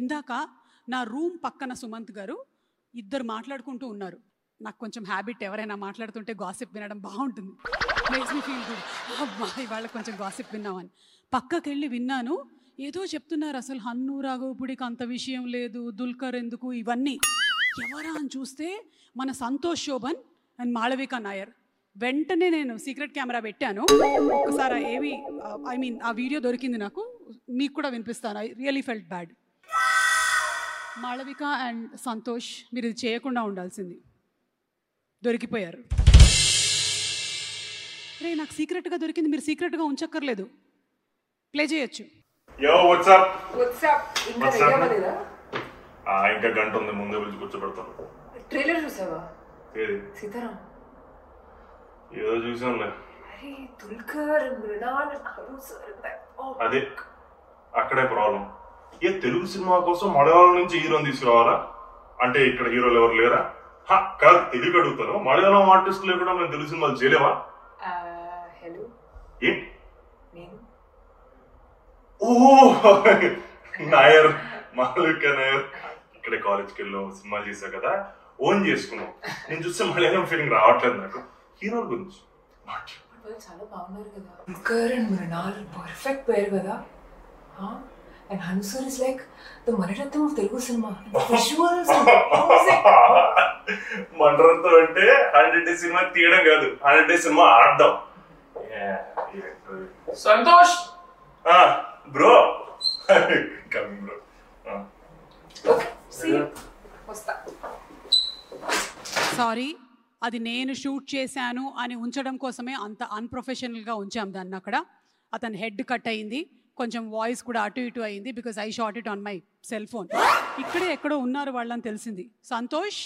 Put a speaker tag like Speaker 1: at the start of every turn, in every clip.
Speaker 1: ఇందాక నా రూమ్ పక్కన సుమంత్ గారు ఇద్దరు మాట్లాడుకుంటూ ఉన్నారు నాకు కొంచెం హ్యాబిట్ ఎవరైనా మాట్లాడుతుంటే గాసిప్ వినడం బాగుంటుంది మేక్స్ మీ ఫీల్ గుడ్ అమ్మా ఇవాళ కొంచెం గాసిప్ విన్నామని పక్కకి వెళ్ళి విన్నాను ఏదో చెప్తున్నారు అసలు హన్ను రాఘవపుడికి అంత విషయం లేదు దుల్కర్ ఎందుకు ఇవన్నీ ఎవరా అని చూస్తే మన సంతోష్ శోభన్ అండ్ మాళవిక నాయర్ వెంటనే నేను సీక్రెట్ కెమెరా పెట్టాను ఒకసారి ఏవి ఐ మీన్ ఆ వీడియో దొరికింది నాకు మీకు కూడా వినిపిస్తాను I really felt bad Malavika and Santosh మీరు ఇది చేయకుండా ఉండాల్సింది దొరికిపోయారు రే నాకు సీక్రెట్గా దొరికింది మీరు సీక్రెట్గా ఉంచక్కర్లేదు ప్లే చేయొచ్చు
Speaker 2: యో వాట్సాప్
Speaker 3: వాట్సాప్ ఇంకా
Speaker 2: What's up?
Speaker 3: రెడీ అవ్వలేదా
Speaker 2: ఇంకా గంట ఉంది ముందే పిలిచి కూర్చోబెడతాను
Speaker 3: ట్రైలర్ చూసావా
Speaker 2: ఏది
Speaker 3: సీతారాం
Speaker 2: ఏదో చూసాంలే
Speaker 3: అరే దుల్కర్ మృణాల్ హరు సార్
Speaker 2: అదే అక్కడే ప్రాబ్లం ఏ తెలుగు సినిమా కోసం మలయాళం నుంచి హీరోని తీసుకురావాలా అంటే ఇక్కడ హీరోలు ఎవరు లేరా హా, కాదు తెలుగు అడుగుతాను మలయాళం ఆర్టిస్టులు లేకుండా మేము తెలుగు సినిమాలు చేయలేవా
Speaker 3: హలో
Speaker 2: ఏంటి
Speaker 3: నేను
Speaker 2: ఓ నాయర్ మాలిక నాయర్ ఇక్కడే కాలేజ్కి వెళ్ళాం సినిమాలు చేశావు కదా ఓన్ చేసుకున్నాం నేను చూస్తే మలయాళం ఫీలింగ్ రావట్లేదు నాకు హీరోల గురించి Not you.
Speaker 3: ఇప్పుడు వాళ్ళు చాలా బాగున్నారు కదా దుల్కర్ అండ్ మృణాల్ పర్ఫెక్ట్ పేరు కదా and హన్సూర్ is like the Mani Ratnam of Telugu cinema visuals
Speaker 2: మండరంతో అంటే హండ్రెడ్ డేస్ సినిమా తీయడం కాదు హండ్రెడ్ డేస్ సినిమా ఆడడం
Speaker 3: Santosh
Speaker 2: bro coming bro
Speaker 3: okay see వస్తా
Speaker 1: సారీ అది నేను షూట్ చేశాను అని ఉంచడం కోసమే అంత అన్ప్రొఫెషనల్గా ఉంచాం దాన్ని అక్కడ అతని హెడ్ కట్ అయింది కొంచెం వాయిస్ కూడా అటు ఇటు అయింది because I shot it on my cell phone ఇక్కడే ఎక్కడో ఉన్నారు వాళ్ళని తెలిసింది Santosh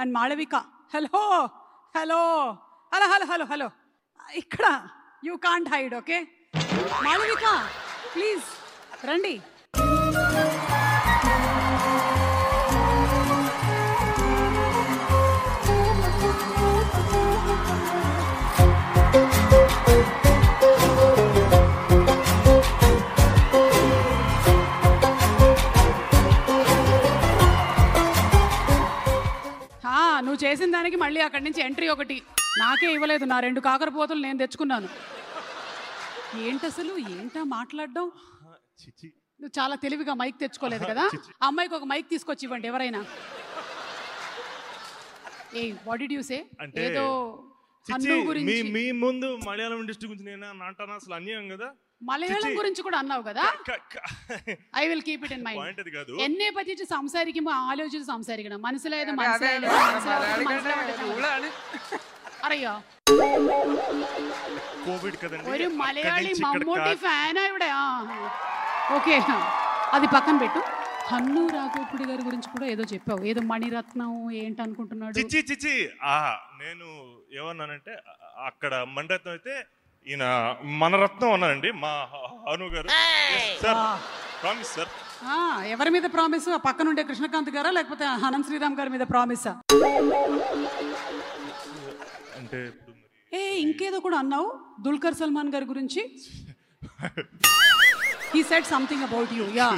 Speaker 1: and Malavika hello hello hello hello hello hello ఇక్కడ you can't hide okay Malavika please రండి ఆ, నువ్వు చేసిన దానికి మళ్ళీ అక్కడి నుంచి ఎంట్రీ ఒకటి నాకే ఇవ్వలేదు నా రెండు కాకరపోతలు నేను తెచ్చుకున్నాను ఏంటి అసలు ఏంటా మాట్లాడడం నువ్వు చాలా తెలివిగా మైక్ తెచ్చుకోలేదు కదా ఆ అమ్మాయికి ఒక మైక్ తీసుకొచ్చి ఇవ్వండి ఎవరైనా ఏ వాట్ డిడ్ యూ సే
Speaker 4: అంటే
Speaker 1: ఏదో
Speaker 4: చిచ్చి,
Speaker 1: హన్ను
Speaker 4: మీ
Speaker 1: గురించి
Speaker 4: మీ ముందు మలయాళం ఇండస్ట్రీ గురించి నేను అన్న- అంటాను అసలు అన్యాయం కదా
Speaker 1: మలయాళం
Speaker 4: చిచ్చి.
Speaker 1: గురించి కూడా అన్నావు కదా I will keep it in
Speaker 4: point
Speaker 1: mind
Speaker 4: అది కాదు
Speaker 1: എന്നെ പറ്റിയിട്ട് സംസാരിക്കുമ്പോ ആലോചിച്ച് സംസാരിക്കണം മനസ്സിലായത്
Speaker 5: അതെ,
Speaker 1: മനസ്സിലായത്
Speaker 5: അതെ,
Speaker 1: മനസ്സിലാവാത്തത്
Speaker 5: മലയാളികളുടെ
Speaker 1: മനസ്സിലാവാത്തത്
Speaker 5: rule ആണ്.
Speaker 1: അറിയോ
Speaker 4: కోవిడ్ కదండి
Speaker 1: ഒരു
Speaker 4: అక్కడి
Speaker 1: മലയാളി
Speaker 4: నుంచి ఇక్కడ
Speaker 1: മമ്മൂട്ടി
Speaker 4: కా-
Speaker 1: ఫానా ഇവിടെ ఆ ఓకే అది పక్కన పెట్టు హన్ను రాఘోపుడి గారి గురించి కూడా ఏదో చెప్పావు ఏదో మణిరత్నం ఏంటి అనుకుంటున్నాడు
Speaker 4: చిచ్చి చిచ్చి ఆ నేను ఏమన్నానంటే అ- అక్కడ మణిరత్నం అయితే ఈయన మన రత్నం అన్నానండి మా Anu garu sir promise sir
Speaker 1: ఆ, ఎవరి మీద ప్రామిస్ ఆ పక్కన ఉండే కృష్ణకాంత్ గారా లేకపోతే హనం శ్రీరామ్ గారి మీద ప్రామిసా
Speaker 4: అంటే ఇప్పుడు మరి
Speaker 1: ఏ ఇంకేదో కూడా అన్నావు దుల్కర్ సల్మాన్ గారి గురించి he said something about you yeah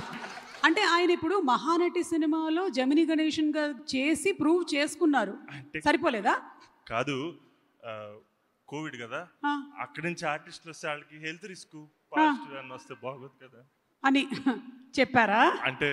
Speaker 1: అంటే ఆయన ఇప్పుడు మహానటి సినిమాలో జమిని గణేషన్ గారు చేసి ప్రూవ్ చేసుకున్నారు
Speaker 4: అంటే-
Speaker 1: సరిపోలేదా
Speaker 4: కాదు ఆ, కోవిడ్ కదా
Speaker 1: ఆ,
Speaker 4: అక్కడి నుంచి ఆర్టిస్టులు వస్తే వాళ్ళకి హెల్త్ రిస్క్ పాజిటివ్ అని వస్తే బాగోదు కదా
Speaker 1: అని చెప్పారా
Speaker 4: అంటే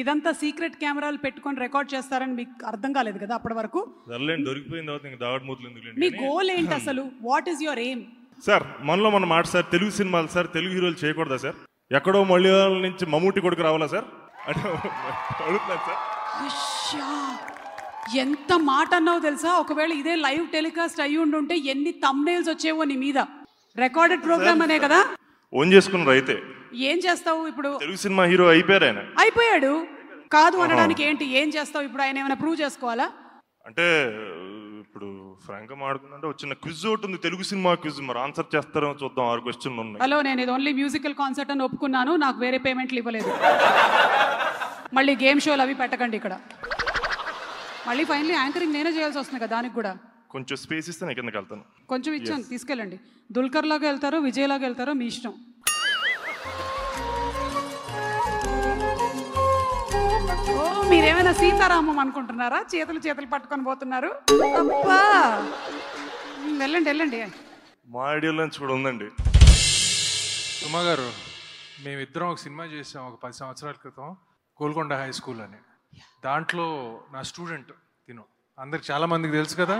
Speaker 1: ఇదంతా సీక్రెట్ కెమెరాలు పెట్టుకొని రికార్డ్ చేస్తారని మీకు అర్థం కాలేదు కదా అప్పటి వరకు
Speaker 4: సర్లేండి దొరికిపోయిన తర్వాత ఇంకా దావడ మూతులు
Speaker 1: మీ
Speaker 4: ఎందుకులేండి కానీ-
Speaker 1: గోల్ ఏంటి అసలు what is your aim
Speaker 4: sir మనలో మన మాట సార్ తెలుగు సినిమాలు సార్ తెలుగు హీరోలు చేయకూడదా సార్ ఎక్కడో మలయాళం నుంచి మమ్మూటి కొడుకు రావాలా సార్ అంటే అడుగుతున్నాను సార్
Speaker 1: అయ్యా, ఎంత మాట అన్నావు తెలుసా ఒకవేళ ఇదే లైవ్ టెలికాస్ట్ అయ్యి ఉండుంటే ఎన్ని తమ్నేల్స్ వచ్చేవో నీ మీద రికార్డెడ్ ప్రోగ్రామ్ అనే కదా
Speaker 4: ఓన్ చేసుకున్నారు అయితే
Speaker 1: ఏం చేస్తావు ఇప్పుడు
Speaker 4: తెలుగు సినిమా హీరో అయిపోయారు ఆయన
Speaker 1: అయిపోయాడు కాదు అనడానికి ఏంటి ఏం చేస్తావు ఇప్పుడు ఆయన ఏమైనా ప్రూవ్ చేసుకోవాలా
Speaker 4: అంటే ఇప్పుడు ఫ్రాంక్ ఆడుకుందంటే ఒక చిన్న క్విజ్ ఒకటి ఉంది తెలుగు సినిమా క్విజ్ మరి ఆన్సర్ చేస్తారో చూద్దాం ఆరు క్వశ్చన్లు ఉన్నాయి
Speaker 1: హలో నేను ఇది ఓన్లీ మ్యూజికల్ కాన్సర్ట్ అని ఒప్పుకున్నాను నాకు వేరే పేమెంట్లు ఇవ్వలేదు మళ్ళీ గేమ్ షోలు అవి పెట్టకండి ఇక్కడ మళ్ళీ ఫైనలీ యాంకరింగ్ నేనే చేయాల్సి వస్తుంది కదా దానికి కూడా
Speaker 4: కొంచెం స్పేస్ ఇస్తే నేను కిందకి వెళ్తాను
Speaker 1: కొంచెం ఇచ్చాను తీసుకెళ్ళండి దుల్కర్ లాగా వెళ్తారో విజయ్ లాగా వెళ్తారో మీ ఇష్టం మీరేమైనా సీతారామం అనుకుంటున్నారా చేతులు చేతులు పట్టుకొని పోతున్నారు అబ్బా ఉమ్, వెళ్ళండి వెళ్ళండి
Speaker 4: మా ఐడియాలో నుంచి కూడా ఉందండి
Speaker 5: సుమా గారు మేమిద్దరం ఒక సినిమా చేసాం ఒక పది సంవత్సరాల క్రితం గోల్కొండ హై స్కూల్ అని దాంట్లో నా స్టూడెంట్ తిను అందరికి చాలా మందికి తెలుసు కదా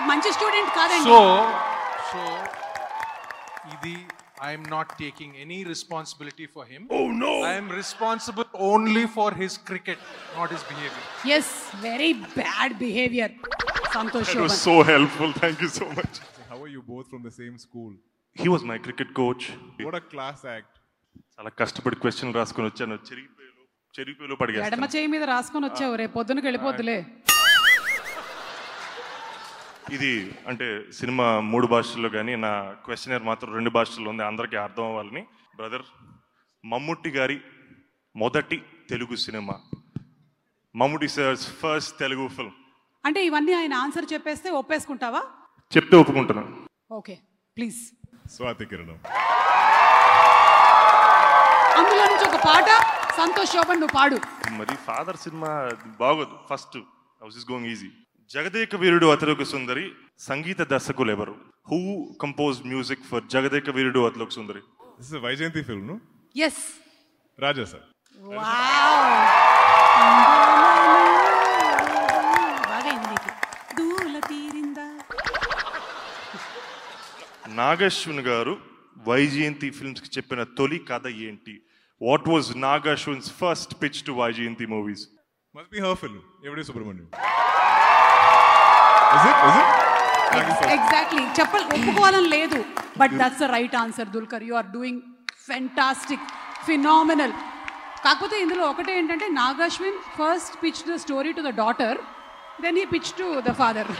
Speaker 1: ఏ, మంచి స్టూడెంట్ కాదండి
Speaker 5: సో సో ఇది I'm not taking any responsibility for him I'm responsible only for his cricket not his behaviour
Speaker 1: yes very bad behaviour Santosh
Speaker 4: it was
Speaker 1: Shobhan.
Speaker 4: So helpful thank you so much
Speaker 6: How are you both from the same school?
Speaker 4: He was my cricket coach
Speaker 6: What a class act.
Speaker 4: చాలా కష్టపడి question రాసుకొని వచ్చాను చెరిగిపోయాలు చెరిగిపోయాలు
Speaker 1: ఎడమ
Speaker 4: పడిగా
Speaker 1: చేయి మీద రాసుకొని వచ్చావు రేపు పొద్దునకి వెళ్ళిపోద్దులే
Speaker 4: ఇది అంటే సినిమా మూడు భాషల్లో కానీ నా క్వశ్చనర్ మాత్రం రెండు భాషల్లో ఉంది అందరికీ అర్థం అవ్వాలని బ్రదర్ మమ్ముట్టి గారి మొదటి Telugu cinema Mammootty sir's first Telugu film
Speaker 1: అంటే ఇవన్నీ ఆయన ఆన్సర్ చెప్పేస్తే ఒప్పేసుకుంటావా
Speaker 4: చెప్తే ఒప్పుకుంటున్నాను
Speaker 1: ఓకే ప్లీజ్
Speaker 6: Swati Kiranam.
Speaker 1: అందులో నుంచి ఒక పాట సంతోష్ శోభన్ నువ్వు పాడు
Speaker 4: మరి ఫాదర్ సినిమా బాగోదు first house is going easy Jagadeka Veerudu Athiloka Sundari సంగీత దర్శకులు ఎవరు who compose music for Jagadeka Veerudu Athiloka Sundari
Speaker 6: This is a Vaijayanti film, no?
Speaker 1: Yes
Speaker 6: Raja sir.
Speaker 4: Nag Ashwin garu Vyjayanthi films కి చెప్పిన తొలి కథ ఏంటి what was Nag Ashwin's first pitch to Vyjayanthi movies
Speaker 6: Must be her film. Every Subramaniam. Is it? Is it? Thank you, sir.
Speaker 1: Exactly చెప్పాలి ఒప్పుకోవాలని లేదు but that's the right answer Dulquer you are doing fantastic phenomenal కాకపోతే ఇందులో ఒకటి ఏంటంటే Nag Ashwin first pitch the story to the daughter then he pitch to the father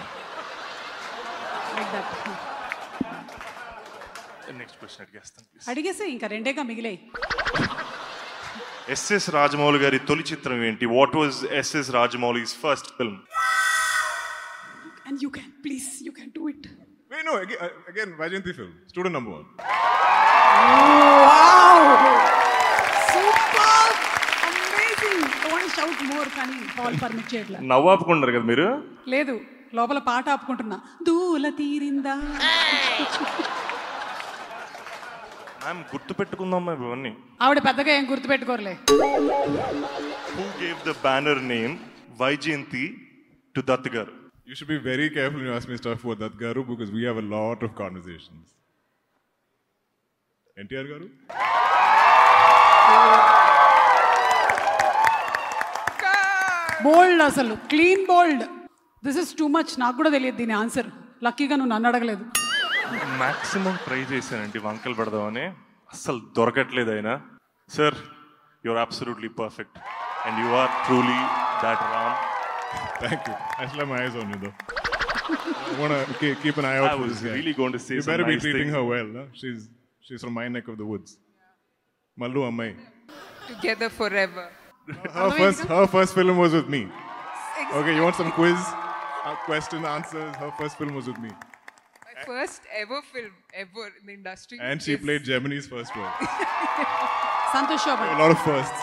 Speaker 1: like that
Speaker 4: next question అడిగేస్తాను
Speaker 1: అడిగేసే ఇంకా రెండేగా మిగిలాయి
Speaker 4: ఎస్ఎస్ రాజమౌళి గారి తొలి చిత్రం ఏంటి what was SS Rajamouli's first film
Speaker 1: and you can please you can do it
Speaker 6: Wait, no. Again, uh, again Vaijayanti film. Student number one.
Speaker 1: Super amazing don't shout more కానీ బాల్ పర్మిట్ చేయట్లా
Speaker 4: నవ్వాపుకుంటారు కదా మీరు
Speaker 1: లేదు లోపల పాట ఆపుకుంటున్నా దూల తీరిందా
Speaker 4: మ్యామ్ గుర్తు పెట్టుకుందాం మేము ఇవన్నీ
Speaker 1: ఆవిడ పెద్దగా ఏం గుర్తుపెట్టుకోరలే
Speaker 4: who gave the banner name Vyjayanthi to Dutt గారు
Speaker 6: You should be very careful when you ask me stuff about that Garu because we have a lot of conversations. NTR Garu?
Speaker 1: Bold అసలు clean bold this is too much నాకు కూడా తెలియదు దీని answer లక్కీగా నువ్వు నన్ను అడగలేదు
Speaker 4: మాక్సిమం ట్రై చేశానండి వంకలు పెడదామని అస్సలు దొరకట్లేదు ఆయన sir your absolutely perfect and you are truly that Ram
Speaker 6: Thank you. I shall have my eyes on you though. I want to keep, keep an eye out
Speaker 4: I
Speaker 6: for
Speaker 4: was
Speaker 6: this guy.
Speaker 4: really going to say
Speaker 6: You
Speaker 4: some
Speaker 6: better be
Speaker 4: nice
Speaker 6: treating
Speaker 4: things.
Speaker 6: her well. Huh? She's she's from my neck of the woods. Mallu Ammai.
Speaker 7: together forever.
Speaker 6: Her first her first film was with me. Okay, you want some quiz? Uh, question answers. Her first film was with me,
Speaker 7: My first ever film ever in the industry.
Speaker 6: and she
Speaker 7: Yes.
Speaker 6: played Germany's first one.
Speaker 1: Santosh Shobhan
Speaker 6: A lot of firsts.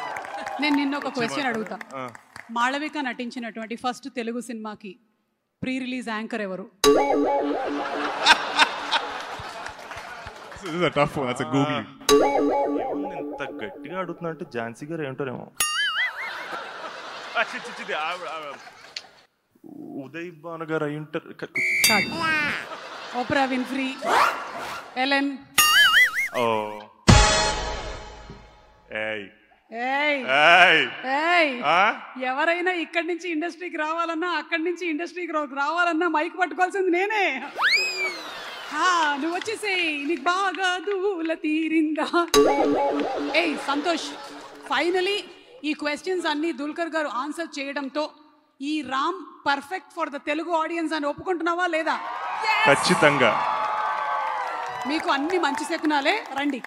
Speaker 1: నేను నిన్న ఒక question అడుగుతా మాళవిక నటించినటువంటి first Telugu సినిమాకి pre release anchor ఎవరు
Speaker 6: This is a tough one. That's a googly.
Speaker 4: ఏముంది ఇంత గట్టిగా అడుగుతున్నా అంటే ఝాన్సీ గారు ఏమంటారేమో ఆ, చి, చి, చి, ఆవిడ, ఆవిడ. ఉదయ్ భాను గారు అయి ఉంటారు
Speaker 1: కాదు ఓప్రా విన్ఫ్రీ ఎలెన్
Speaker 4: ఓ ఏయ్
Speaker 1: ఏయ్
Speaker 4: ఏయ్
Speaker 1: ఏయ్
Speaker 4: ఆ?
Speaker 1: ఎవరైనా ఇక్కడి నుంచి ఇండస్ట్రీకి రావాలన్నా అక్కడి నుంచి ఇండస్ట్రీకి రా- రావాలన్నా మైక్ పట్టుకోవాల్సింది నేనే ఆ, నువ్వు వచ్చేసేయ్ నీకు బాగా దూల తీరిందా ఏయ్ సంతోష్ ఫైనలీ ఈ క్వశ్చన్స్ అన్నీ దుల్కర్ గారు ఆన్సర్ చేయడంతో ఈ Ram perfect for the Telugu audience అని ఒప్పుకుంటున్నావా లేదా
Speaker 4: ఖచ్చితంగా
Speaker 1: మీకు అన్ని మంచి శకునాలే రండి